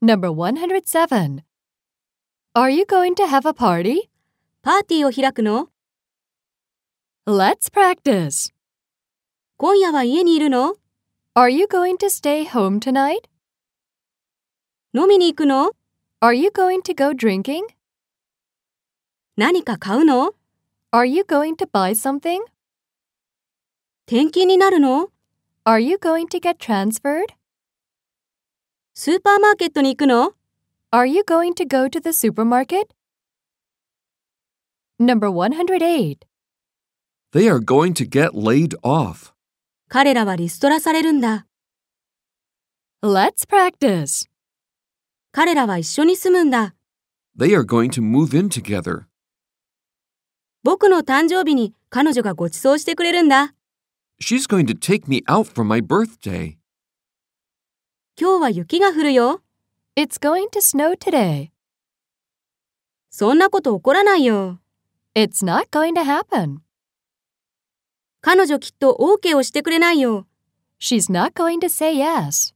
Number 107. Are you going to have a party? パーティーを開くの Let's practice. 今夜は家にいるの Are you going to stay home tonight? 飲みに行くの Are you going to go drinking? 何か買うの Are you going to buy something? 転勤になるの Are you going to get transferred? スーパーマーケットに行くの Are you going to go to the supermarket? Number 108. They are going to get laid off. 彼らはリストラされるんだ。 Let's practice. 彼らは一緒に住むんだ。 They are going to move in together. 僕の誕生日に彼女がご馳走してくれるんだ。 She's going to take me out for my birthday. 今日は雪が降るよ。 It's going to snow today. そんなこと起こらないよ。 It's not going to happen. 彼女きっと OK をしてくれないよ。 She's not going to say yes.